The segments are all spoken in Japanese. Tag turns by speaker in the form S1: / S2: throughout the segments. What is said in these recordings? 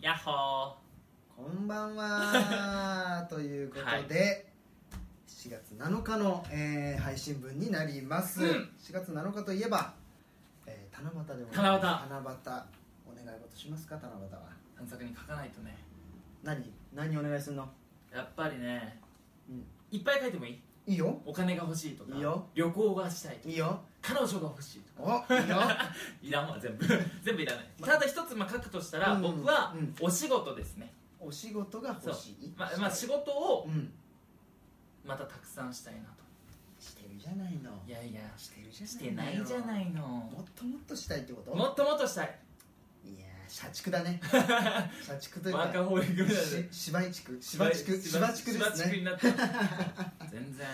S1: やっほ
S2: こんばんはということで、
S1: はい
S2: 4月7日の、えー配信分になります、
S1: うん
S2: 4月7日といえば、えー七夕でございます七夕お願い事しますか七夕は
S1: ー短冊に書かないとね
S2: 何何お願いするの、
S1: やっぱりね
S2: うん、
S1: いっぱい書いてもいい
S2: いいよ
S1: お金が欲しいとか
S2: いいよ
S1: 旅行がしたいとか
S2: いいよ
S1: 彼女が欲しいとか
S2: おいい よ
S1: いらんわ全部 全部いらない、ただ一つまあ書くとしたら、
S2: うん
S1: 僕は
S2: うん
S1: お仕事ですね、
S2: お仕事が
S1: そう
S2: 欲しい
S1: まあまあ、仕事を
S2: うん
S1: またたくさんしたいなと
S2: してるじゃないの
S1: いやいや
S2: してる
S1: して
S2: じゃな
S1: ない
S2: の
S1: いじゃないの
S2: もっともっとしたいってこと
S1: もっともっとしたい
S2: いやー社 畜だね社畜という
S1: ワーカ
S2: か
S1: ーホーリングみたいな
S2: し芝居地区芝地区芝地区です
S1: 芝地区
S2: ね
S1: になった 全然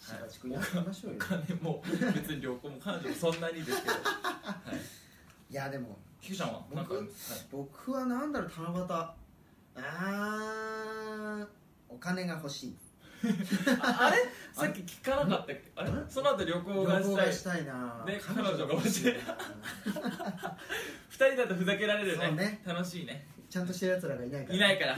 S2: 芝地区やってみましょうよ
S1: お金も別に旅行も彼女もそんなにですけどはい
S2: いやでも
S1: 菊ちゃんはなんか
S2: 僕
S1: はい
S2: 僕はなんだろう七夕あーお金が欲しい
S1: ああれさっき聞かなかったっけあれ
S2: あれ
S1: その後旅行
S2: 旅
S1: が
S2: 行
S1: した
S2: が
S1: い
S2: したいな
S1: ね彼女が欲しい
S2: な
S1: 二人だとふざけられる
S2: そう
S1: ね
S2: ね
S1: 楽しいね
S2: ちゃんとしてるやつらがいないから
S1: いないから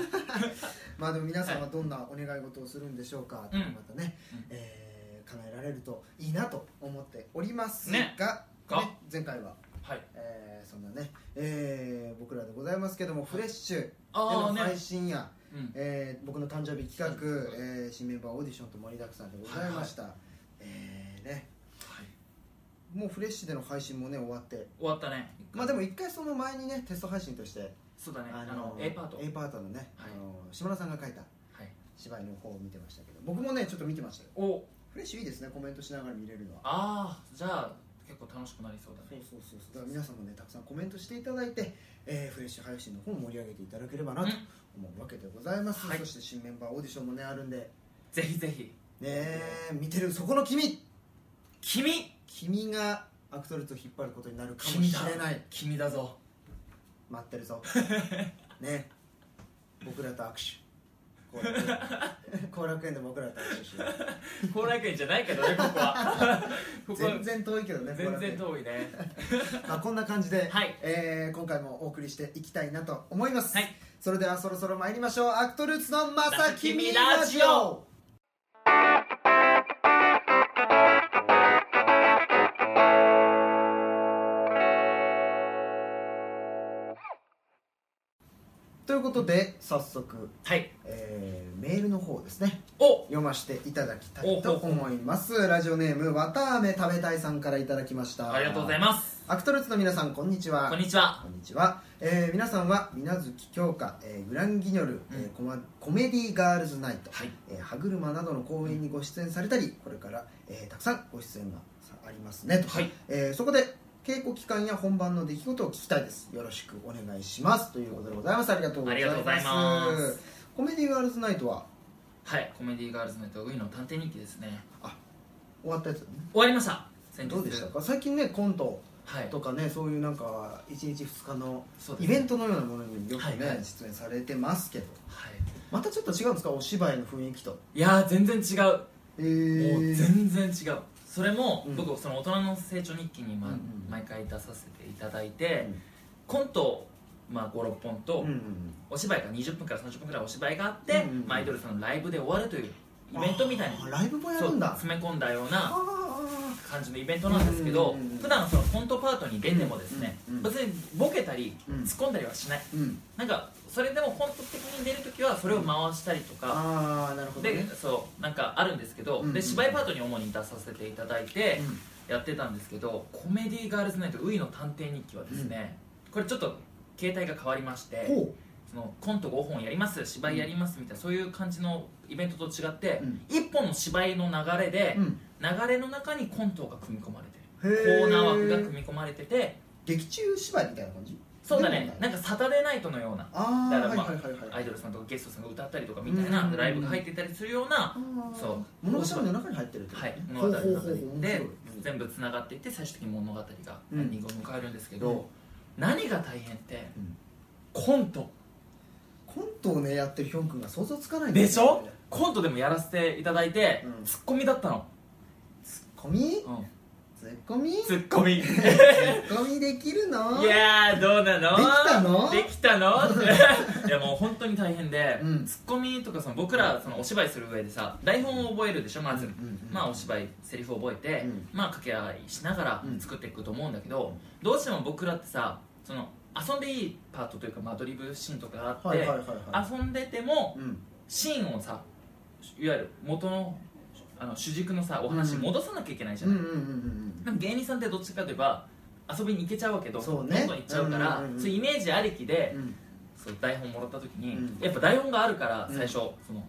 S2: まあでも皆さんはどんなお願い事をするんでしょうか、
S1: うん
S2: またね、
S1: うん
S2: えー叶えられるといいなと思っておりますが、
S1: ねが
S2: ね前回は、
S1: はい
S2: えーそんなね、えー僕らでございますけども、フレッシュで
S1: あ
S2: の
S1: あね
S2: 配信や、
S1: うん
S2: えー僕の誕生日企画、
S1: うん
S2: えー新メンバーオーディションと盛りだくさんでございました、えーね、
S1: はい
S2: もうフレッシュでの配信もね終わって
S1: 終わったね
S2: まあでも一回その前にねテスト配信として
S1: そうだねあの A パートは
S2: A パートのね、
S1: はい
S2: あの島田さんが書いた
S1: い
S2: 芝居の方を見てましたけど僕もねちょっと見てましたよ
S1: お
S2: フレッシュいいですねコメントしながら見れるのは
S1: ああじゃあ結構楽しくなりそうだ
S2: そう
S1: ね
S2: そうそうそうだから皆さんもねたくさんコメントしていただいて、えーフレッシュ配信の方も盛り上げていただければなと思うわけでございます、
S1: はい
S2: そして新メンバーオーディションもねあるんで
S1: ぜひぜひ
S2: ねえ見てるそこの君
S1: 君
S2: 君がアクトルズを引っ張ることになるかもしれない
S1: 君だぞ
S2: 待って るぞね僕らと握手後楽 園後楽園で僕らと握手しよう
S1: 後楽園じゃないけどねここ はここは
S2: 全然遠いけどね後
S1: 全
S2: 楽園
S1: 然遠 いね
S2: まあこんな感じで、
S1: はい
S2: えー今回もお送りしていきたいなと思います、
S1: はい
S2: それではそろそろ参りましょうアクトルーツのまさきみラ
S1: ラ
S2: ジ
S1: ジ
S2: オ
S1: オ
S2: ということで早速、
S1: はい
S2: えーメールの方をですね
S1: お
S2: 読ませていただきたいと思いますラジオネームわたあめ食べたいさんからいただきました
S1: ありがとうございます
S2: アクトルーツの皆さんこんにちは
S1: こんにちは
S2: こんにちは、えー皆さんは水無月京香、えーグランギニョル、えーコマコメディガールズナイト、
S1: はい
S2: えー歯車などの公演にご出演されたりこれから、えーたくさんご出演がさありますねと、
S1: はい
S2: えーそこで稽古期間や本番の出来事を聞きたいですよろしくお願いしますということでございますありがとうござい
S1: ありがとうござい
S2: ま
S1: ますす
S2: コメディガールズナイトは
S1: はいコメディガールズの得意の探偵日記ですね
S2: 終わったやつだね
S1: 終わりました先日
S2: どうでしたか最近ねコント
S1: はい
S2: とかねそういうなんか1日2日の
S1: そうで
S2: イ
S1: すね
S2: ベントのようなものによくね、
S1: はいはい
S2: 出演されてますけど
S1: はい
S2: またちょっと違うんですかお芝居の雰囲気と
S1: いやー全然違う
S2: え
S1: もう全然違うそれも
S2: うん
S1: 僕その大人の成長日記にま
S2: うんうん
S1: 毎回出させていただいてコントまあ56本と
S2: うん
S1: お芝居が20分から30分くらいお芝居があって
S2: うんうん
S1: まあアイドルさんのライブで終わるというイベントみたいに
S2: あーライブもや
S1: そ
S2: る
S1: うん
S2: だ
S1: 詰め込んだような
S2: あ
S1: 感じのイベントなんですけど
S2: うんうんうん
S1: 普段そのコントパートに出てもですね
S2: うんうん
S1: 別にボケたり
S2: うん
S1: 突っ込んだりはしない
S2: ーうん
S1: なんかそれでもコント的に出るときはそれを回したりとか
S2: あーなるほど
S1: で
S2: ね
S1: そうなんかあるんですけど
S2: うんうん
S1: で芝居パートに主に出させていただいて
S2: うん
S1: やってたんですけどコメディーガールズナイトウイの探偵日記はですねこれちょっと携帯が変わりまして
S2: ほ
S1: そのコント5本やります芝居やりますみたいなそういう感じのイベントと違って
S2: うん
S1: 1本の芝居の流れで
S2: ううん
S1: 流れの中にコントが組み込まれてる
S2: へー
S1: コーナー枠が組み込まれてて
S2: 劇中芝居みたいな感じ
S1: そうだね
S2: で
S1: な
S2: も
S1: んかサタデーナイトのような
S2: あ
S1: だか
S2: あは
S1: ら
S2: い
S1: まあ
S2: はいはいは
S1: ア
S2: い
S1: イドルさんとかゲストさんが歌ったりとかみたい
S2: うんうん
S1: な
S2: うん
S1: ライブが入っていたりするようなそう
S2: 物語の中に入ってるってこと
S1: はい
S2: ね
S1: 物語の
S2: ほ
S1: 中
S2: うほうほうほう
S1: でで
S2: 面白い
S1: 全部つながっていって最終的に物語が
S2: うん
S1: 何人を迎えるんですけ
S2: うん
S1: ど何が大変って
S2: うん
S1: コント
S2: コントをねやってるヒョン君が想像つかないんだよ
S1: で
S2: ね
S1: しょコントでもやらせていただいて
S2: うん
S1: ツッコミだったの
S2: ツッコミ
S1: うん
S2: ツッコミ
S1: ツッコミい
S2: ツッコミでき るの
S1: やーどうなの
S2: できたの
S1: できたの いやもう本当に大変で、
S2: うん
S1: ツッコミとかその僕らそのお芝居する上でさ台本を覚えるでしょまず、
S2: うんうんうん
S1: まあお芝居セリフを覚えて、
S2: うん
S1: まあ掛け合いしながら
S2: うん
S1: 作っていくと思うんだけど、どうしても僕らってさその遊んでいいパートというか、まあ、ドリブルシーンとかがあって、
S2: はいはいはいは
S1: 遊んでても
S2: いうん
S1: シーンをさいわゆる元のあの主軸のさお話
S2: うん
S1: 戻さなきゃいけないじゃ
S2: うん
S1: な
S2: う
S1: い、
S2: んうんうん
S1: でも芸人さんってどっちかといえば遊びに行けちゃうわけど
S2: そうね
S1: どんどん行っちゃうから、
S2: うんうんうんうん
S1: そういうイメージありきで、
S2: うん
S1: そう台本もらった時に、
S2: うん
S1: やっぱ台本があるから
S2: うん
S1: 最初、その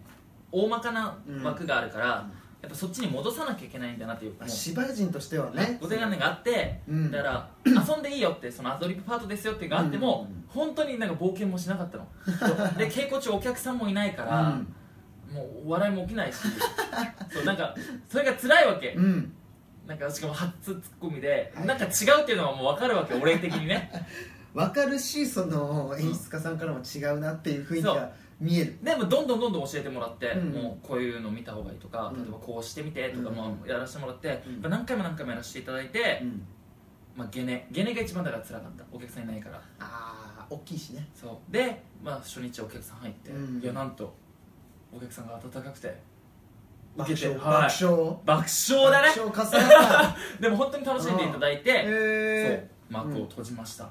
S1: 大まかな枠があるから、
S2: うん
S1: やっぱそっちに戻さなきゃいけないんだなっていうも
S2: あ
S1: う
S2: 芝居人としてはね
S1: 固定観念があって、
S2: うん
S1: だか ら遊んでいいよってそのアドリブパートですよっていうのがあっても、
S2: うんうんうん
S1: 本当になんか冒険もしなかったの で稽古中お客さんもいないから、
S2: うん
S1: もう笑いも起きないし そうなんかそれが辛いわけ、
S2: うん
S1: なんかしかも初ツッコミで、
S2: はい
S1: なんか違うっていうのがもう分かるわけ俺的にね
S2: わかるしその演出家さんからも違うなっていう雰囲気
S1: そ
S2: が見える
S1: でもどんどんどんどん教えてもらって、
S2: うん
S1: もうこういうの見た方がいいとか、
S2: うん
S1: 例えばこうしてみてとか
S2: うん
S1: もやらせてもらって、やっ
S2: うん
S1: ぱ何回も何回もやらせていただいて、
S2: うん
S1: まあ、ゲネゲネが一番だから辛かったお客さんいないから
S2: ああ大きいしね
S1: そうで、まあ、初日お客さん入って、
S2: うん
S1: いやなんとお客さんが温かくて
S2: 爆笑
S1: はい
S2: 爆笑
S1: 爆笑だね
S2: 爆笑 重なった
S1: でも本当に楽しんでいただいて、
S2: へ
S1: そう幕を閉じました、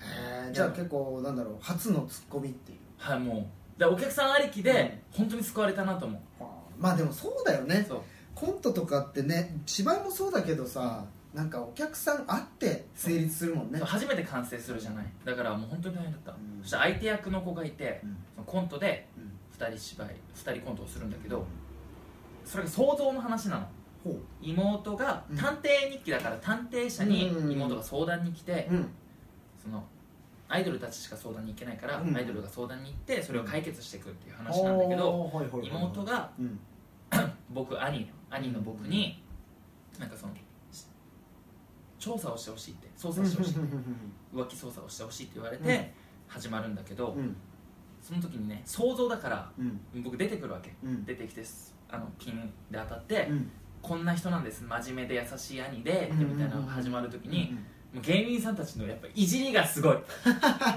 S2: えじゃあ結構なんだろう初のツッコミっていう
S1: はいもうでお客さんありきで本当に救われたなと思う、
S2: まあでもそうだよね
S1: そう
S2: コントとかってね芝居もそうだけどさなんかお客さんあって成立するもんね
S1: そう初めて完成するじゃないだからもう本当に大変だった、
S2: うん
S1: そして相手役の子がいて
S2: うん
S1: そのコントで
S2: うん
S1: 2人芝居2人コントをするんだけどそれが想像の話なの
S2: ほう
S1: 妹が
S2: うん
S1: 探偵日記だから探偵社に
S2: うん
S1: 妹が相談に来て、
S2: うん
S1: そのアイドルたちしか相談に行けないから、
S2: うん
S1: アイドルが相談に行ってそれを解決していくっていう話なんだけど、
S2: あーはいはいはいはい
S1: 妹が
S2: うん
S1: 僕兄兄の僕に、なんかそのし調査をしてほしいって捜査してほしい、浮気捜査をしてほしいって言われ
S2: うん
S1: て始まるんだけど、
S2: うん
S1: その時にね想像だから
S2: うん
S1: 僕出てくるわけ
S2: うん
S1: 出てきてすあのピンで当たって、
S2: うん
S1: こんな人なんです真面目で優しい兄で、
S2: うん
S1: みたいなのが始まる時に、もう芸人さんたちのやっぱいじりがす ごい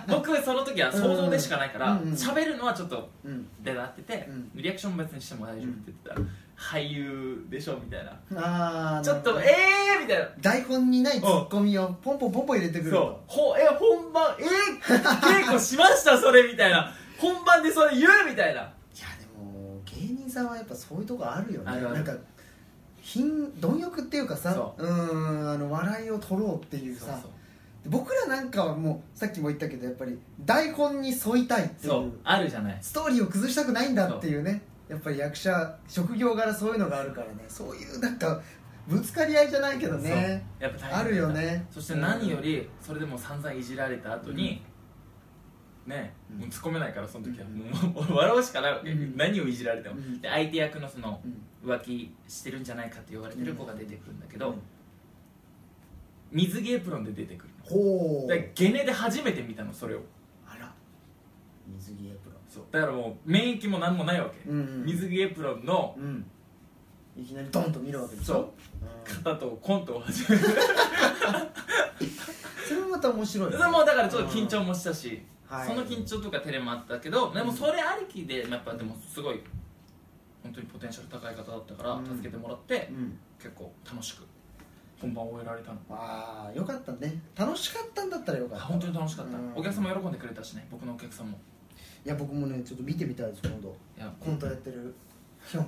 S1: 僕その時は想像でしかないから
S2: うんうん
S1: 喋、るのはちょっと
S2: うんうん
S1: でなってて、
S2: うん
S1: リアクションも別にしても大丈夫って言ってたら、俳優でしょみたいな
S2: ああ
S1: ちょっとええー、みたいな
S2: 台本にないツッコミをポンポンポンポン入れてくる
S1: そう
S2: と
S1: ほえ本番えー、稽古しましたそれみたいな本番でそれ言うみたいない
S2: やでも芸人さんはやっぱそういうとこあるよね
S1: あるある
S2: なんか貧貪欲っていうかさ
S1: そう
S2: ーんあの笑いを取ろうっていう
S1: そ
S2: さ
S1: うそう
S2: 僕らなんかはもうさっきも言ったけどやっぱり台本に沿いたいってい
S1: そううあるじゃない
S2: ストーリーを崩したくないんだっていうねやっぱり役者職業柄そういうのがあるからねそういうなんかぶつかり合いじゃないけどね
S1: やっぱ大変だ
S2: あるよね
S1: そして何よりそれでもう散々いじられた後に、ね
S2: うん
S1: もう突っ込めないからその時は、
S2: う
S1: もう笑うしかないわけ、
S2: うん
S1: 何をいじられても、
S2: うん
S1: で相手役のその
S2: うん
S1: 浮気してるんじゃないかって言われてる子が出てくるんだけど、
S2: うん
S1: 水着エプロンで出てくるの
S2: ほう
S1: でゲネで初めて見たのそれを
S2: あら水着エプロ
S1: そうだからもう免疫も何もないわけ、
S2: ンうんうん
S1: 水着エプロンの
S2: うんいきなりドンと見るわけでしょうん
S1: 方とコントを始める
S2: それもまた面白い
S1: で
S2: よね
S1: もうだからちょっと緊張もしたし、
S2: はい
S1: その緊張とか照れもあったけどでもそれありきでやっぱでもすごい本当にポテンシャル高い方だったから
S2: うん
S1: 助けてもらって
S2: うん
S1: 結構楽しく本番を終えられたの
S2: ああよかったね楽しかったんだったらよか
S1: あ
S2: った
S1: 本当に楽しかった
S2: うん
S1: お客さんも喜んでくれたしね僕のお客さんも
S2: いや僕もねちょっと見てみたいです今度
S1: いや
S2: コントやってるヒョン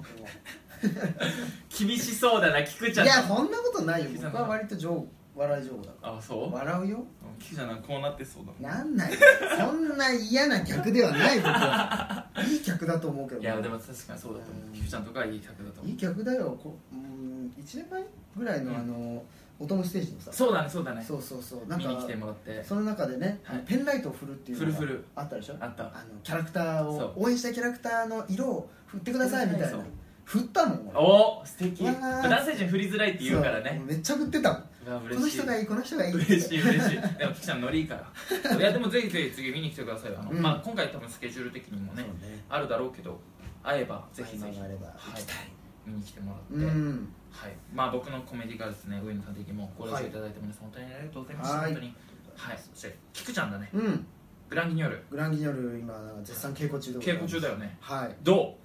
S2: 君を
S1: 厳しそうだな菊ちゃん
S2: いやそんなことないよ
S1: 刻んだ
S2: 僕は割とジョー笑い上手だか
S1: あそう
S2: ら笑うよ
S1: うん菊ちゃんなんかこうなってそうだ
S2: なんないよそんな嫌な客ではない僕はいい客だと思うけど
S1: いやでも確かにそうだと思
S2: うん
S1: う菊ちゃんとかはいい客だと思
S2: いうい客だよこうーん1年前ぐらいの、
S1: うん
S2: あの音のステージのさ
S1: そうだねそうだね
S2: そうそうそうなん
S1: 見に来
S2: か
S1: てもらって
S2: その中でね、
S1: はい
S2: ペンライトを振るっていうのが
S1: 振る振る
S2: あったでしょ
S1: あった
S2: あのキャラクター
S1: そ
S2: を
S1: う
S2: 応援したいキャラクターの色を振ってくださいみたい
S1: そ
S2: な
S1: う
S2: 振ったもん俺
S1: お素敵
S2: わー
S1: 男性陣振りづらいって言うから
S2: そう
S1: ね
S2: めっちゃ振ってたもん
S1: うわ
S2: こ
S1: 嬉
S2: の
S1: しい
S2: 人がいいこの人がいいって
S1: 嬉しい嬉しいでもきちゃんノリいいからいやでもぜひぜひ次見に来てくださいよあの、
S2: うん
S1: まあ、今回多分スケジュール的にもね
S2: そうね
S1: あるだろうけど会えばぜひぜ
S2: 合
S1: ひ
S2: 間があれば行きたい、
S1: はい見に来てもらって、
S2: うん
S1: はいまあ、僕のコメディがですね上野さん的にもご来場いただいて皆さん本当にありがとうございました、
S2: はい
S1: 本当にはいそして菊ちゃんだね
S2: うん
S1: グランディニョル
S2: グランギニョル今絶賛稽古中でござい
S1: 稽
S2: ます
S1: 古中だよね
S2: はい
S1: ど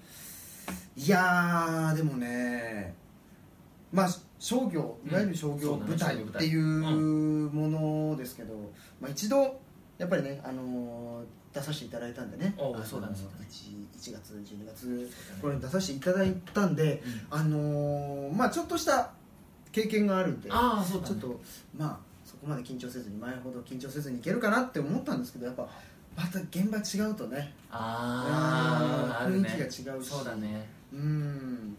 S2: いやーでもねまあ商業
S1: うん
S2: いわゆる商業
S1: そうだね
S2: 舞台
S1: 商業
S2: っ
S1: 舞
S2: て
S1: 台
S2: いう
S1: う
S2: ものですけど、まあ、一度やっぱりね、あのー出させていただいたんでね
S1: おう
S2: あのー
S1: そうだねそうだね
S2: 1, 1月12月
S1: う
S2: これに出させていただいたんで、
S1: うん
S2: あのーまあちょっとした経験があるんで
S1: ああそうだ、ね、
S2: ちょっとまあそこまで緊張せずに前ほど緊張せずにいけるかなって思ったんですけどやっぱまた現場違うとね
S1: あーあるね
S2: 雰囲気が違うし
S1: そうだね
S2: うん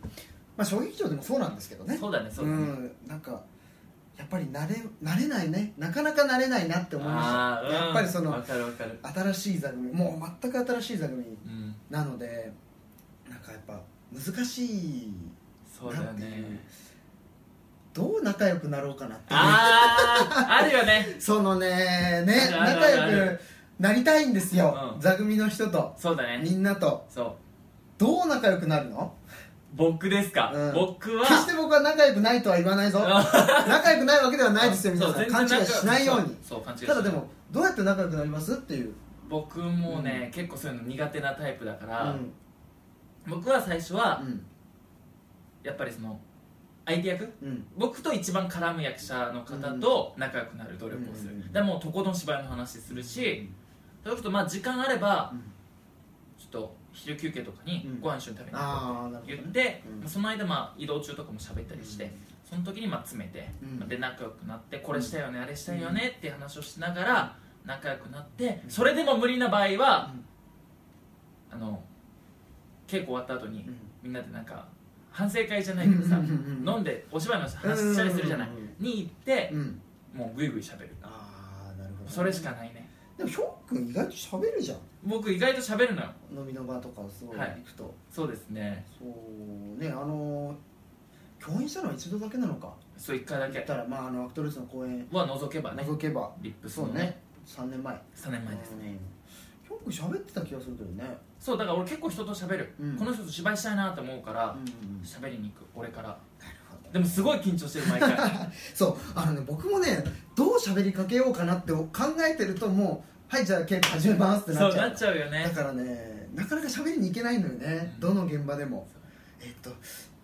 S2: まあ小劇場でもそうなんですけどね
S1: そうだねそうだね、
S2: ん、なんかやっぱり慣れ慣れないねなかなか慣れないなって思いま
S1: あ
S2: し
S1: ー
S2: たやっぱりそ
S1: わ
S2: の
S1: かるわかる
S2: 新しい座組もう全く新しい座組
S1: うん
S2: なのでなんかやっぱ難しい
S1: そうだよ
S2: なんていう
S1: ね
S2: どう仲良くなろうかなっていう
S1: あああるよね
S2: そのねね
S1: あるあ
S2: 仲
S1: るある
S2: 良くなりたいんですよ、
S1: うん
S2: 座組の人と
S1: そうだ
S2: み
S1: ね
S2: んなと
S1: そう
S2: どう仲良くなるの
S1: 僕ですか、
S2: うん
S1: 僕は
S2: 決して僕は仲良くないとは言わないぞ仲良くないわけではないですよ皆
S1: そう
S2: さん
S1: 全
S2: 勘
S1: 然
S2: 違いしないように
S1: そうそう勘違いしな
S2: た
S1: い
S2: だでもどうやって仲良くなりますっていう、
S1: 僕もね、結構そういうの苦手なタイプだか
S2: う
S1: ら、
S2: ん
S1: 僕は最初は
S2: うん
S1: やっぱりその相手役
S2: うん、
S1: 僕と一番絡む役者の方と仲良くなる努力をする、
S2: うん
S1: でもうとことん芝居の話するし、そういうことまあ時間あればちょっと昼休憩とかに
S2: うん
S1: ご飯一緒に食べに行こう
S2: ああなるほ
S1: 言っ
S2: ど、ね、
S1: て、
S2: うん
S1: まあその間まあ移動中とかも喋ったりして、その時にまあ詰めて、
S2: うん
S1: まあで仲良くなってこれしたいよね、あれしたいよねっていう話をしながら仲良くなって
S2: うん
S1: それでも無理な場合は
S2: うん、
S1: あの稽古終わった後に、
S2: うん
S1: みんなでなんか反省会じゃないけどさ、
S2: うんうんうんうん
S1: 飲んでお芝居の話したりするじゃない、
S2: うんうんうん
S1: に行って
S2: う、ん、
S1: もうグイグイ喋る
S2: ああなるほど、
S1: それしかないね
S2: でもひょうくん意外と喋るじゃん
S1: 僕意外と喋るのよ
S2: 飲みの場とかすごい行
S1: はい
S2: くと、
S1: そうですね
S2: そうねあのー共演したのは一度だけなのか
S1: そう一回だ
S2: 言っ
S1: け
S2: たらまああのアクトレスの公演
S1: は除けばね
S2: 覗けば
S1: リップス
S2: そ
S1: の
S2: う
S1: ね
S2: ね3年前
S1: 3年前ですね
S2: うんよく喋ってた気がするけどね
S1: そうだから俺結構人と喋る、
S2: うん
S1: この人と芝居したいなと思うから
S2: ん
S1: 喋、りに行く俺から
S2: なるほど
S1: でもすごい緊張してる 毎回
S2: そうあのね僕もねどう喋りかけようかなって考えてるともうはいじゃあ稽古始めますってな
S1: そ
S2: っ
S1: う
S2: ちゃ
S1: な
S2: う
S1: っちゃうよ
S2: だ
S1: ね
S2: からねなかなか喋りに行けないのよね、
S1: うん
S2: どの現場でもえっと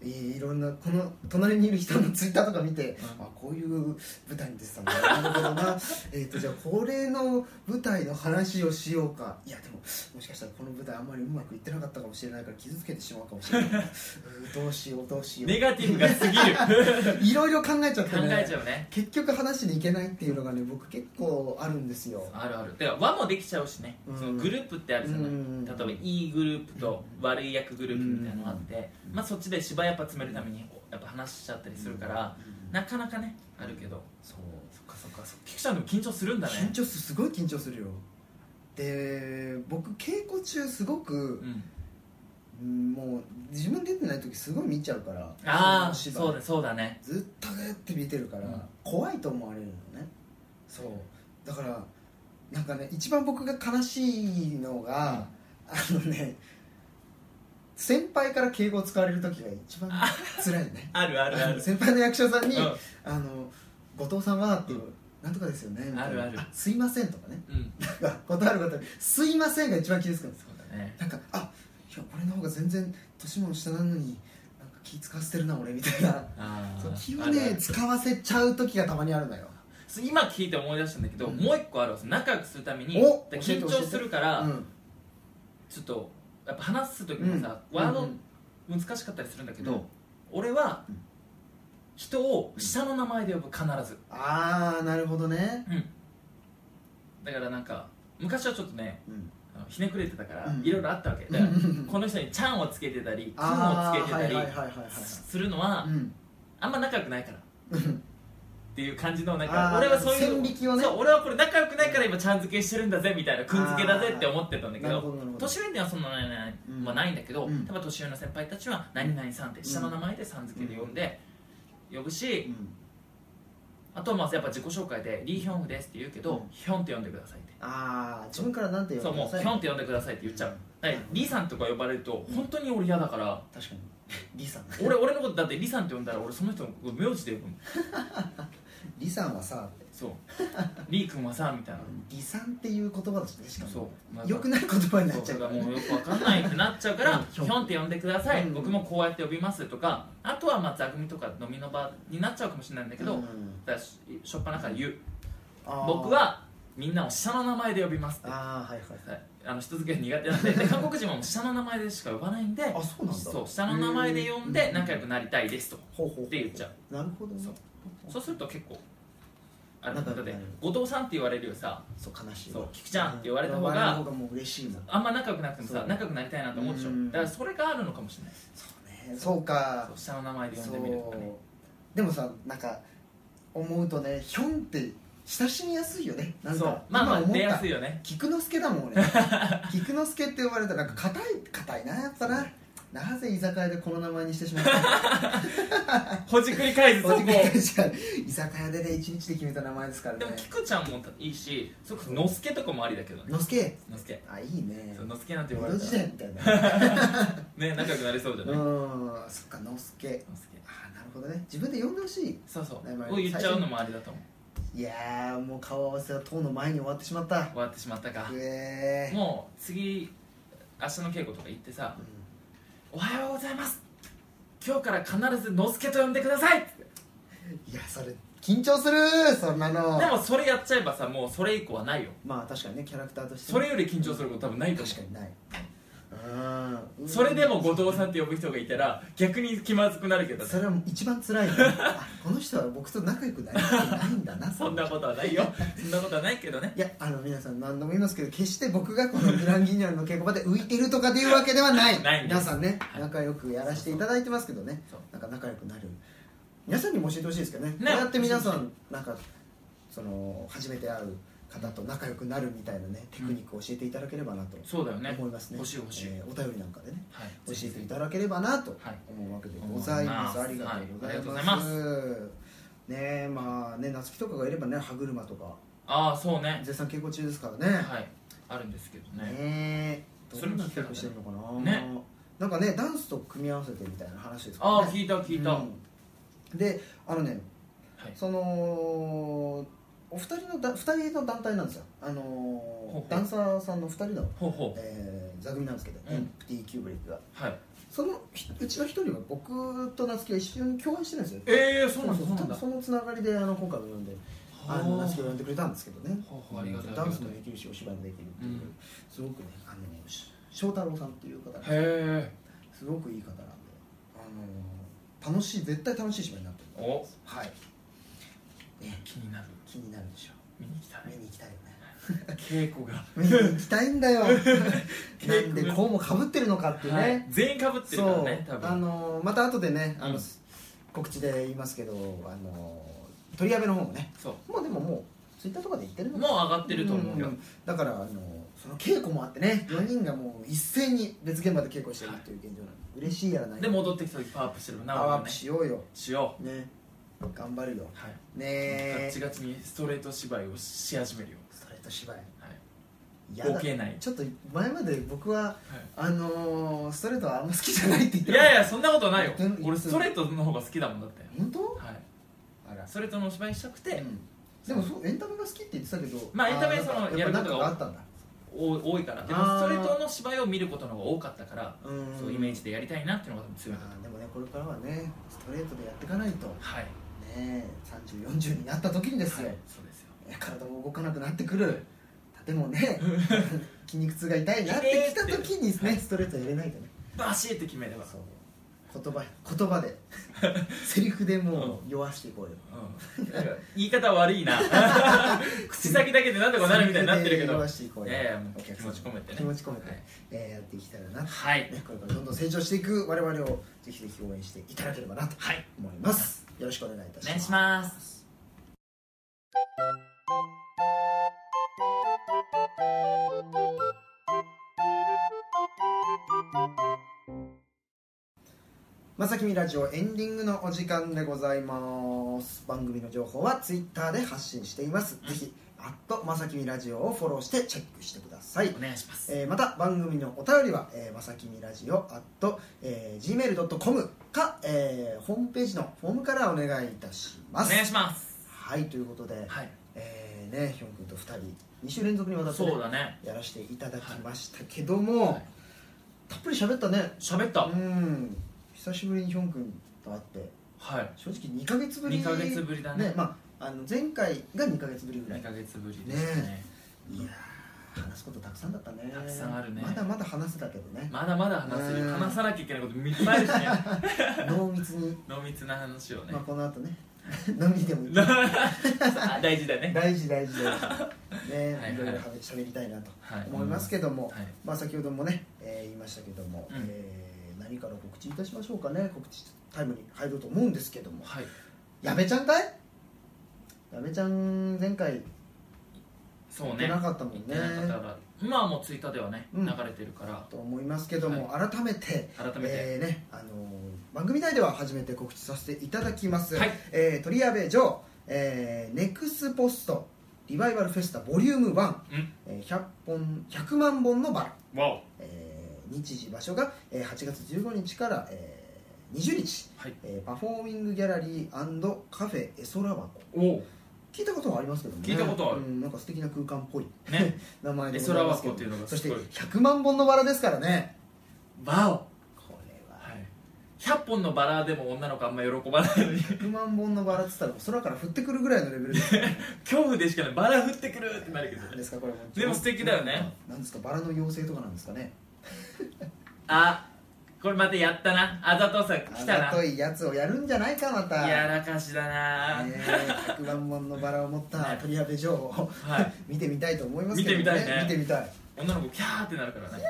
S2: いいろんなこの隣にいる人のツイッターとか見て、
S1: うん
S2: あこういう舞台に出てたんだなるほどな えっとじゃあこれの舞台の話をしようかいやでももしかしたらこの舞台あんまりうまくいってなかったかもしれないから傷つけてしまうかもしれないうーどうしようどうしよう
S1: ネガティブが過ぎる考
S2: いろいろ考えちゃってね
S1: えちゃうね
S2: 結局話しに行けないっていうのがね僕結構あるんですよ
S1: あるあるだから輪もできちゃうしね、
S2: うん
S1: そのグループってあるじゃない、
S2: うん
S1: 例えばいいグループと悪い役グループみたいなのがあって、まあ、そっちで芝居やっぱ詰めるためにやっぱ話しちゃったりするから、
S2: うん
S1: なかなかねあるけど
S2: そう
S1: そっかそっかそっか菊ちゃんでも緊張するんだね
S2: 緊張すすごい緊張するよで僕稽古中すごく
S1: う、ん
S2: うんもう自分出てない時すごい見ちゃうから
S1: ああ
S2: その
S1: そうだそうだね
S2: ずっとねって見てるから、
S1: うん
S2: 怖いと思われるのねそうだからなんかね一番僕が悲しいのが、あのね先輩から敬語を使われる時が一番辛いね
S1: あるあるあ
S2: あ の
S1: る
S2: 先輩の役者さんに
S1: うん
S2: 「あの後藤さんは」っていう「なんとかですよね」みたいな
S1: あるある
S2: すいません」とかね
S1: うん
S2: なんか断ることに「すいません」が一番気ですくんです
S1: そうだね
S2: なんか「あいや俺の方が全然年も下なのになんか気使わせてるな俺」みたいな
S1: あー
S2: そう気を
S1: あるあ
S2: ね
S1: る
S2: 使わせちゃう時がたまにあるのよ
S1: そう今聞いて思い出したんだけど、
S2: うん
S1: もう一個あるわその仲良くするために
S2: お
S1: で
S2: 教えて
S1: 緊張するから、
S2: うん
S1: ちょっとやっぱ話す時もさ、ワード難しかったりするんだけど、
S2: うん
S1: 俺は
S2: うん
S1: 人を下の名前で呼ぶ必ず、
S2: ああなるほどね
S1: だからなんか昔はちょっとね
S2: うん
S1: あのひねくれてたから
S2: うん
S1: いろいろあったわけだから
S2: うん
S1: この人に「ちゃん」をつけてたり「くん」
S2: あ
S1: をつけて
S2: ーは
S1: た
S2: いはい
S1: り
S2: はいはいはい
S1: するのは
S2: うん
S1: あんま仲良くないからっ
S2: うん
S1: ていう感じのなん
S2: あ
S1: か
S2: ー
S1: 俺はそういう
S2: 線引きをね
S1: そう俺はこれ仲良くないから今ちゃん付けしてるんだぜみたいなくん付けだぜって思ってたんだけ
S2: なるほ
S1: ど
S2: どなるほど
S1: 年上にはそんなのはない,、
S2: うん
S1: まあ、ないんだけど、
S2: うん
S1: 多分年上の先輩たちは「何々さん」って下の名前でさん付けで呼んで呼ぶし、
S2: うん
S1: あとはまあやっぱ自己紹介で「リーヒョンフです」って言うけど
S2: う
S1: 「ヒョン」って呼んでくださいって
S2: ああ自分からなんて言
S1: そう
S2: わ
S1: も
S2: れ
S1: う「ヒョン」って呼んでくださいって言っちゃうだからリーさんとか呼ばれると本当に俺嫌だから
S2: 確かにリさん
S1: 俺俺のことだってリさんって呼んだら俺その人の名字で呼ぶもん
S2: リさんはさ
S1: そうリー君はさみたいな
S2: リさんっていう言葉だしねしかも
S1: そう、
S2: 良くない言葉になっちゃうからね
S1: もうよくわかんないってなっちゃうから
S2: うん
S1: 「ヒョン」って呼んでください、
S2: うん
S1: 僕もこうやって呼びますとかあとはまあ座組とか飲みの場になっちゃうかもしれないんだけど、
S2: うん
S1: だからししょっぱなから言う
S2: あー
S1: 僕はみんなを下の名前で呼びますって
S2: ああはいはい
S1: はいあの人付き合い苦手なんで で韓国人はもう下の名前でしか呼ばないんで
S2: あそうなんだ
S1: そう下の名前で呼んで仲良くなりたいですと
S2: ほうほうほう
S1: って言っちゃ
S2: うなるほどね
S1: そうそうすると結構あれだ
S2: 仲
S1: っ
S2: 良くな
S1: て
S2: る
S1: 後藤さんって言われるよさ
S2: そう悲しい
S1: そう
S2: わ
S1: 菊ちゃんって言われた方が
S2: うん言われた方がもう嬉しいもん
S1: あんま仲良くなくても
S2: そ
S1: さ
S2: う
S1: 仲良くなりたいなと思うでしょ
S2: うん
S1: だからそれがあるのかもしれない
S2: ねそうか
S1: そう下の名前で呼ん
S2: そ
S1: でみるとかね
S2: うでもさなんか思うとねヒョンって親しみやすいよねなん
S1: そう
S2: か
S1: まあまあ
S2: 今思っ
S1: 出や
S2: た
S1: すいよね
S2: 菊之助だもん 俺菊之助って呼ばれたらなんか硬い硬いなやっぱななぜ居酒屋でこの名前にしてしまったのか
S1: ほじくり返すそこ
S2: おじぎ返しちゃう居酒屋でね一日で決めた名前ですから
S1: で
S2: ね
S1: も菊ちゃんもいいしそれこそのすけとかもありだけどね
S2: 之助
S1: のすけ
S2: あいいね
S1: そうのすけなんて
S2: 江
S1: 呼ばれ
S2: 戸
S1: た
S2: 時
S1: ら
S2: 代みたいな
S1: ね仲良くなれそうじゃ
S2: う
S1: ないの
S2: んそっか之
S1: す
S2: 助
S1: け
S2: あなるほどね自分で呼んでほしい
S1: そうそう
S2: 名前
S1: を言っちゃうのもありだと思う
S2: いやーもう顔合わせは当の前に終わってしまった
S1: 終わってしまったか
S2: ええ
S1: もう次明日の稽古とか行ってさ「おはようございます今日から必ずのすけと呼んでください!」って
S2: いやそれ緊張するそんなの
S1: でもそれやっちゃえばさもうそれ以降はないよ
S2: まあ確かにねキャラクターとして
S1: それより緊張すること多分ないと思
S2: 確
S1: う
S2: かにないうん
S1: それでも後藤さんって呼ぶ人がいたら逆に気まずくなるけど
S2: そ
S1: ね
S2: れはもう一番辛 いよあこの人は僕と仲良くなりたくないんだな
S1: そんなことはないよそんなことはないけどね
S2: いやあの皆さん何度も言いますけど決して僕がこのグランギーニャルの稽古場で浮いてるとかでいうわけではない
S1: ないんです
S2: 皆さんね
S1: はい
S2: 仲良くやらせていただいてますけどね
S1: そう
S2: なんか仲良くなる皆さんにも教えてほしいですけどね
S1: ね
S2: こうやって皆さんなんかその初めて会う方と仲良くなるみたいなねテクニックを教えていただければなと
S1: そうだよね
S2: 思いますね
S1: 欲しい欲しい、
S2: えーお便りなんかでね
S1: はい
S2: 教えていただければなと思うわけでございます、
S1: はい
S2: ありがとうございます,、
S1: はいありがとう
S2: ねえまあね夏希とかがいればね歯車とか
S1: ああそうね
S2: 絶賛稽古中ですからね、
S1: はいあるんですけど
S2: ね
S1: ね
S2: え
S1: そ
S2: ど
S1: れ
S2: ん
S1: も聞
S2: な
S1: きた
S2: 企
S1: かった
S2: 画
S1: ね
S2: してるのかな、
S1: ね
S2: なんかねダンスと組み合わせてみたいな話ですから
S1: あ
S2: ね
S1: あ聞いた聞いた、
S2: うんであのね
S1: はい
S2: そのお二人のだ二人の団体なんですよあのー
S1: ほう
S2: ダンサーさんの二人の、
S1: ほうほう
S2: えー座組なんですけど、
S1: うん
S2: エンプティーキューブリックが
S1: はい
S2: そのひうちの一人は僕と夏希が一緒に共演してるんですよ
S1: ええそうなんだそうな
S2: 多
S1: ん
S2: 分
S1: だ
S2: そのつながりであの今回も呼んであの夏希を呼んでくれたんですけどね
S1: ほうほうありがたい
S2: ダンス
S1: あ
S2: も
S1: り
S2: できるしお芝居もできるっていう、
S1: うん
S2: すごくねあのし翔太郎さんっていう方が
S1: へえ
S2: すごくいい方なんで、あの楽しい絶対楽しい芝居になってる
S1: お
S2: はいね
S1: 気になる
S2: 気になるでしょ
S1: 見に来た
S2: 見
S1: ね
S2: に行きたいよね
S1: 稽古が
S2: 見に行きたいんだ よな
S1: 結
S2: ん
S1: 構
S2: でこうもかぶってるのかっていうね、
S1: はい全員かぶってるから
S2: そう
S1: ね多
S2: あ
S1: 分
S2: のまた後でねあの、
S1: うん
S2: 告知で言いますけどあの取り上げの方もね
S1: そう
S2: もうでももうツイッターとかで言ってるの
S1: もう上がってると思うよ
S2: んんだからあのその稽古もあってね4人がもう一斉に別現場で稽古してるっていう現状なの嬉しいやらない
S1: で戻ってきた時パワーアップしてる
S2: パ
S1: な
S2: ワー
S1: 俺
S2: アップ
S1: ね
S2: しようよ
S1: しよ
S2: ね頑張るよ
S1: うはいガ
S2: ね
S1: ッチガチにストレート芝居をし始めるよ
S2: ストレート芝居
S1: はい
S2: やだ
S1: ボケない
S2: ちょっと前まで僕はあのー、ストレートはあんま好きじゃないって言っ
S1: い
S2: て
S1: やいやそんなことないよ
S2: 言ってん
S1: 俺ストレートの方が好きだもんだって
S2: 本当
S1: はい
S2: あら
S1: ストレートのお芝居したくて
S2: うんでもそうエンタメが好きって言ってたけど
S1: まあエンタメ
S2: ー
S1: その
S2: なんか
S1: やるこ
S2: や
S1: とが
S2: っぱなんかあったんだ
S1: お多いからでも
S2: あ
S1: ス
S2: ー
S1: トレートの芝居を見ることの方が多かったから
S2: うん
S1: そうイメージでやりたいなっていうのが多分強いんだと
S2: あ
S1: 思
S2: ーでもねこれからはねストレートでやっていかないとね
S1: うはい
S2: え3040になった時にですよ、
S1: はいそうですよ
S2: 体も動かなくなってくるでも ね筋肉痛が痛いなってきた時にねストレートやれないとね
S1: バシッて決めれば
S2: そう言葉言葉 でセリフでもう酔わしていこうよ
S1: うんなんか 言い方悪いな 口先だけでなんとかなるみたいになってるけ
S2: セリフで酔
S1: ど
S2: わしていこうよ
S1: いやいやもう
S2: お
S1: 気
S2: 客さん
S1: 持ち込めてね
S2: 気持ち込めて、
S1: はい
S2: えーやっていきたいなと
S1: はい
S2: ね、これからどんどん成長していく我々をぜひぜひ応援していただければなと
S1: はい
S2: 思いますよろしくお願いいた
S1: お
S2: し
S1: 願
S2: ま
S1: いし
S2: す
S1: ます
S2: まさきみラジオエンディングのお時間でございます番組の情報はツイッターで発信しています、ぜひアットまさきみラジオをフォローしてチェックしてください
S1: お願いします
S2: えーまた番組のお便りは、えー、まさきみラジオ at、えー、gmail.com か、えーホームページのフォームからお願いいたしま
S1: お
S2: す
S1: 願いします
S2: はいということで、
S1: はい
S2: えーねヒョン君と2人2週連続にわたってね、
S1: そうだね
S2: やらせていただきましたけども、たっぷり喋ったね
S1: 喋った
S2: うん久しぶりにヒョン君と会って
S1: はい
S2: 正直2か月ぶり
S1: 2ヶ月ぶりだね
S2: まあ、あの前回が2か月ぶりぐらい
S1: 2
S2: い
S1: ヶ月ぶりですね
S2: やー話すことたくさんだったね
S1: たくさんあるね
S2: まだまだ話せたけど ね
S1: まだまだ話せる
S2: うん
S1: 話さなきゃいけないこといっぱいあるしね
S2: 濃密に、
S1: 濃密な話をね
S2: まあ、この後ね 飲み でも行く
S1: 大事だね
S2: 大事大事大事ね
S1: はいはい
S2: いろいろしゃべりたいなと
S1: はい
S2: 思いますけど
S1: は
S2: も、
S1: い
S2: まあ、先ほどもね、えー言いましたけども、
S1: うん
S2: えー何から告知いたしましょうかね告知タイムに入ろうと思うんですけども
S1: はい
S2: 矢部ちゃんかい矢部ちゃん前回
S1: そう
S2: 行
S1: ね
S2: けなかったもんね
S1: 言ってなかったから今はもうツイッターではね
S2: う
S1: 流
S2: ん
S1: れてるから
S2: と思いますけども、改めて
S1: 改めて
S2: えーねあのー番組内では初めて告知させていただきます、
S1: はい
S2: えー、鳥矢部城、えーネクスポストリバイバルフェスタボリューム1、
S1: うん
S2: えー、100, 本100万本のバラ、
S1: わお
S2: えー日時場所が、えー8月15日から、えー20日、
S1: はい
S2: えーパフォーミングギャラリーカフェ絵空箱
S1: おう
S2: 聞いたことはありますけどね
S1: 聞いたことある
S2: うん、なんか素敵な空間っぽい
S1: ね
S2: 名前で
S1: 絵
S2: ござ
S1: 空
S2: いますけ
S1: 箱っ
S2: ど
S1: ていうのが
S2: そし
S1: す
S2: て
S1: ごい
S2: 100万本のバラですからね
S1: わお
S2: これは
S1: はい100本のバラでも女の子あんま喜ばないのに
S2: 100万本のバラっつったら空から降ってくるぐらいのレベルですよね
S1: 恐怖でしかないバラ降ってくるってなるけど
S2: 何ですかこれも
S1: でも素敵だよね
S2: なんですかバラの妖精とかなんですかね
S1: あこれまたやったなあざとさ来た
S2: あざと
S1: ない
S2: やつをやるんじゃないかまた
S1: やらかしだな、
S2: ねえ100万本のバラを 持った鳥矢部城を
S1: はい
S2: 見てみたいと思いますけどね
S1: 見てみたいね
S2: 見てみたい
S1: 女の子キャーってなるからね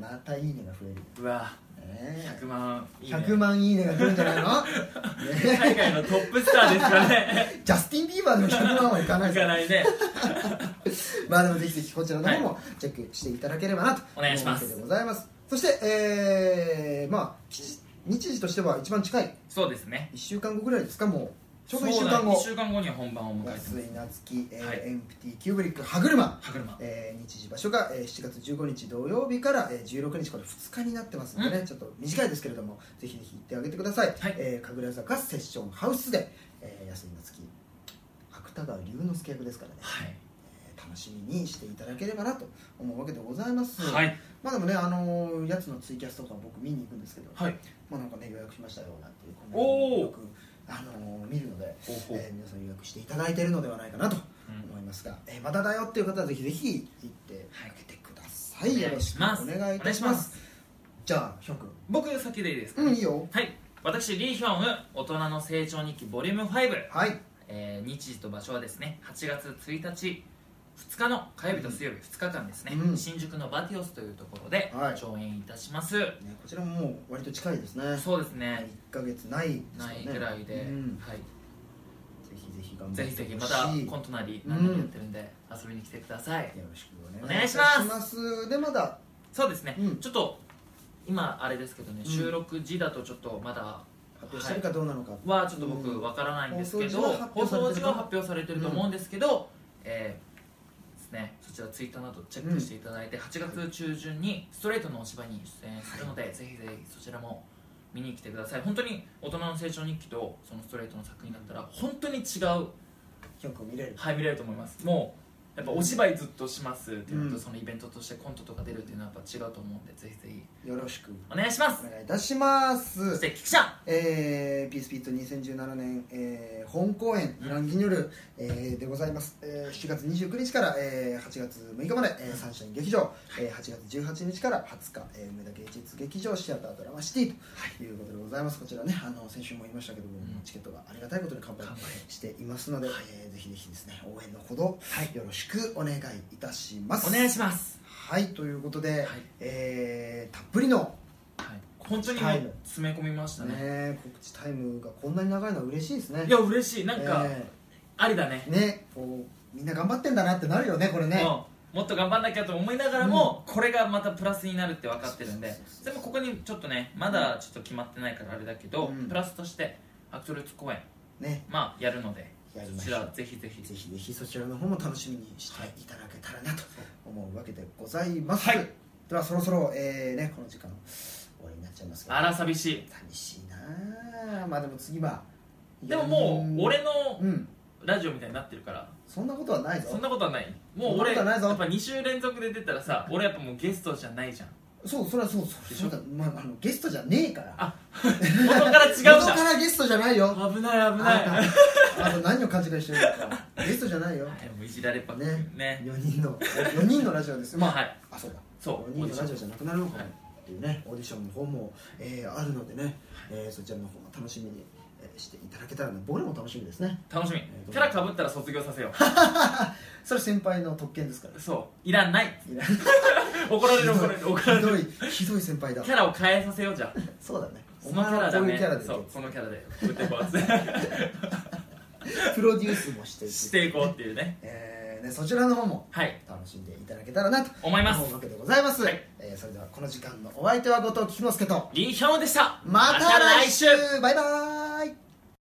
S2: またいいねが増えるね
S1: うわ
S2: え
S1: 100万いい、ね、
S2: 100万いいねが来るんじゃないのね
S1: 海外のトップスターですから ね
S2: えジャスティン・ビーバーでも100万はいかない
S1: 行
S2: です
S1: かないね
S2: まあでもぜひぜひこちらの方もチェックしていただければなと
S1: お願いします
S2: 思うわけでございますそしてえー、まあ日日時としては一番近い
S1: そうですね
S2: 1週間後ぐらいですかもうちょうど1週
S1: そうだ
S2: 間後
S1: 一週間後には本番を迎えてます
S2: 安井夏樹、えー
S1: はい
S2: エンプティキューブリック歯車、
S1: 歯車
S2: えー日時場所が、えー7月15日土曜日から、えー16日これ2日になってますのでね、ちょっと短いですけれどもぜひぜひ行ってあげてください、
S1: はい
S2: えー神楽坂セッションハウスで、えー、安井夏樹芥川龍之介役ですからね
S1: はい
S2: 楽しみにしていただければなと思うわけでございます、
S1: はい
S2: まあでもねあのーやつのツイキャスとか僕見に行くんですけど、
S1: はい
S2: まあなんかね予約しましたよなんていう
S1: おー
S2: よくあのー見るので、
S1: ほうほう
S2: えー皆さん予約していただいているのではないかなと
S1: うん
S2: 思いますが、えーまだだよっていう方はぜひぜひ行ってあげてください、
S1: はい
S2: よろしくお願いいたします
S1: お願いします
S2: じゃあヒョン君
S1: 僕先でいいですか、
S2: うんいいよ
S1: はい私リーヒョンウ大人の成長日記ボリューム5、
S2: はい
S1: えー日時と場所はですね8月1日2日の火曜日と水曜日2日間ですね、
S2: うん
S1: 新宿のバティオスというところで
S2: はい
S1: 上演いたします、
S2: ねこちらももう割と近いですね
S1: そうです
S2: 1
S1: ね
S2: ヶ月ないですか
S1: な
S2: ね
S1: いぐらいで、
S2: うん
S1: はい、
S2: ぜひぜひ頑張って
S1: ぜ
S2: ほ
S1: ひ
S2: しい
S1: ぜひまたコントなり何なりやってるんで遊びに来てください、
S2: よろしくお
S1: お
S2: 願
S1: 願
S2: い
S1: い
S2: し
S1: し
S2: ま
S1: ますす
S2: でまだ
S1: そうですね、
S2: うん
S1: ちょっと今あれですけどね、
S2: うん
S1: 収録時だとちょっとまだ
S2: 発表してるかどうなのか、
S1: はちょっと僕わからないんですけど、
S2: うん放
S1: 放
S2: 送
S1: 送
S2: 時
S1: 時
S2: は
S1: は
S2: 発
S1: 発表されてると思うんですけど、えーですね、そちらツイッターなどチェックしていただいて、8月中旬にストレートのお芝居に出演するので、ぜひぜひそちらも見に来てください本当に大人の成長日記とそのストレートの作品だったら本当に違う
S2: ヒョン君見れる
S1: はい見れると思いますもうやっぱお芝居ずっとしますっていうのと、
S2: うん
S1: そのイベントとしてコントとか出るっていうのはやっぱ違うと思うんでぜひぜひ
S2: よろしく
S1: お願いします
S2: お願いいたしま
S1: そ
S2: す
S1: して菊ちゃん
S2: えー、ピースピット2017年、えー本公演「イランギニョル」えーでございます、えー7月29日から、えー8月6日まで、えーサンシャイン劇場、えー8月18日から20日、えー梅田芸術劇場シアタードラマシティということでございますこちらねあの先週も言いましたけども、
S1: うん
S2: チケットがありがたいことに完売
S1: 完売
S2: していますので、えーぜひぜひですね応援のほど、よろしくお願いいたします
S1: お願いします
S2: はいということで、
S1: はい
S2: えーたっぷりの
S1: はい本当にもう詰め込みましたね
S2: ね告知タイムがこんなに長いのは嬉しいですね
S1: いや嬉しいなんか、
S2: え
S1: ありだね
S2: ーねこうみんな頑張ってんだなってなるよねこれね
S1: うんもっと頑張んなきゃと思いながらも、これがまたプラスになるって分かってるんで
S2: そうそうそう
S1: でもここにちょっとねまだちょっと決まってないからあれだけど、
S2: うん
S1: プラスとしてアクトルーツ公演
S2: ね
S1: まあやるので
S2: やりま
S1: そ
S2: し
S1: ち
S2: ょ
S1: ら
S2: う
S1: ぜひぜひ
S2: ぜひぜひそちらの方も楽しみにしていただけたらなと思うわけでございます、
S1: はい
S2: ではそろそろ、えーね、この時間終わりになっちゃいますけど
S1: あら寂しい
S2: 寂しいなあまあでも次は
S1: でもも
S2: いや
S1: う俺の
S2: うん
S1: ラジオみたいになってるから
S2: そんなことはないぞ
S1: そんなことはないもう俺
S2: そ
S1: や
S2: んなことはないぞ
S1: っぱ2週連続で出たらさ俺やっぱもうゲストじゃないじゃん
S2: そうそれはそう
S1: でし
S2: そ
S1: ょ
S2: うだ、まあ、あのゲストじゃねえから
S1: あ元から違うじゃん
S2: 元からゲストじゃないよ
S1: 危ない危ない
S2: あああと何を勘違いしてるのかゲストじゃないよ
S1: はいもういじられっぱね
S2: ね
S1: ね
S2: 4人の4人のラジオですよ
S1: まあはい
S2: あそうだ
S1: そう
S2: 4人のラジオじゃなくなるのか
S1: は
S2: ないっていうねオーディションの方も、えーあるのでね、えーそちらの方も楽しみにえーしていただけたらね僕らも楽しみですね
S1: 楽しみ
S2: ーどう
S1: キャラかぶったら卒業させよ
S2: それ先輩の特権ですから
S1: うそういらない
S2: いや
S1: 怒られる怒られる怒られる
S2: ひどいひどい先輩だ
S1: キャラを変えさせようじゃあ
S2: そうだね
S1: そのキャラだ
S2: お前はこういうキャラ
S1: ね
S2: で
S1: そうそのキャラ で打ってこう
S2: プロデュースもしていく
S1: していこうっていうね
S2: えーね、そちらの方も
S1: はい
S2: 楽しんでいただけたらなと
S1: 思います
S2: 思うわけでございます、
S1: はい
S2: えーそれではこの時間のお相手は後藤菊之助と
S1: リンヒョンでした
S2: また来週
S1: また来週
S2: バイバーイ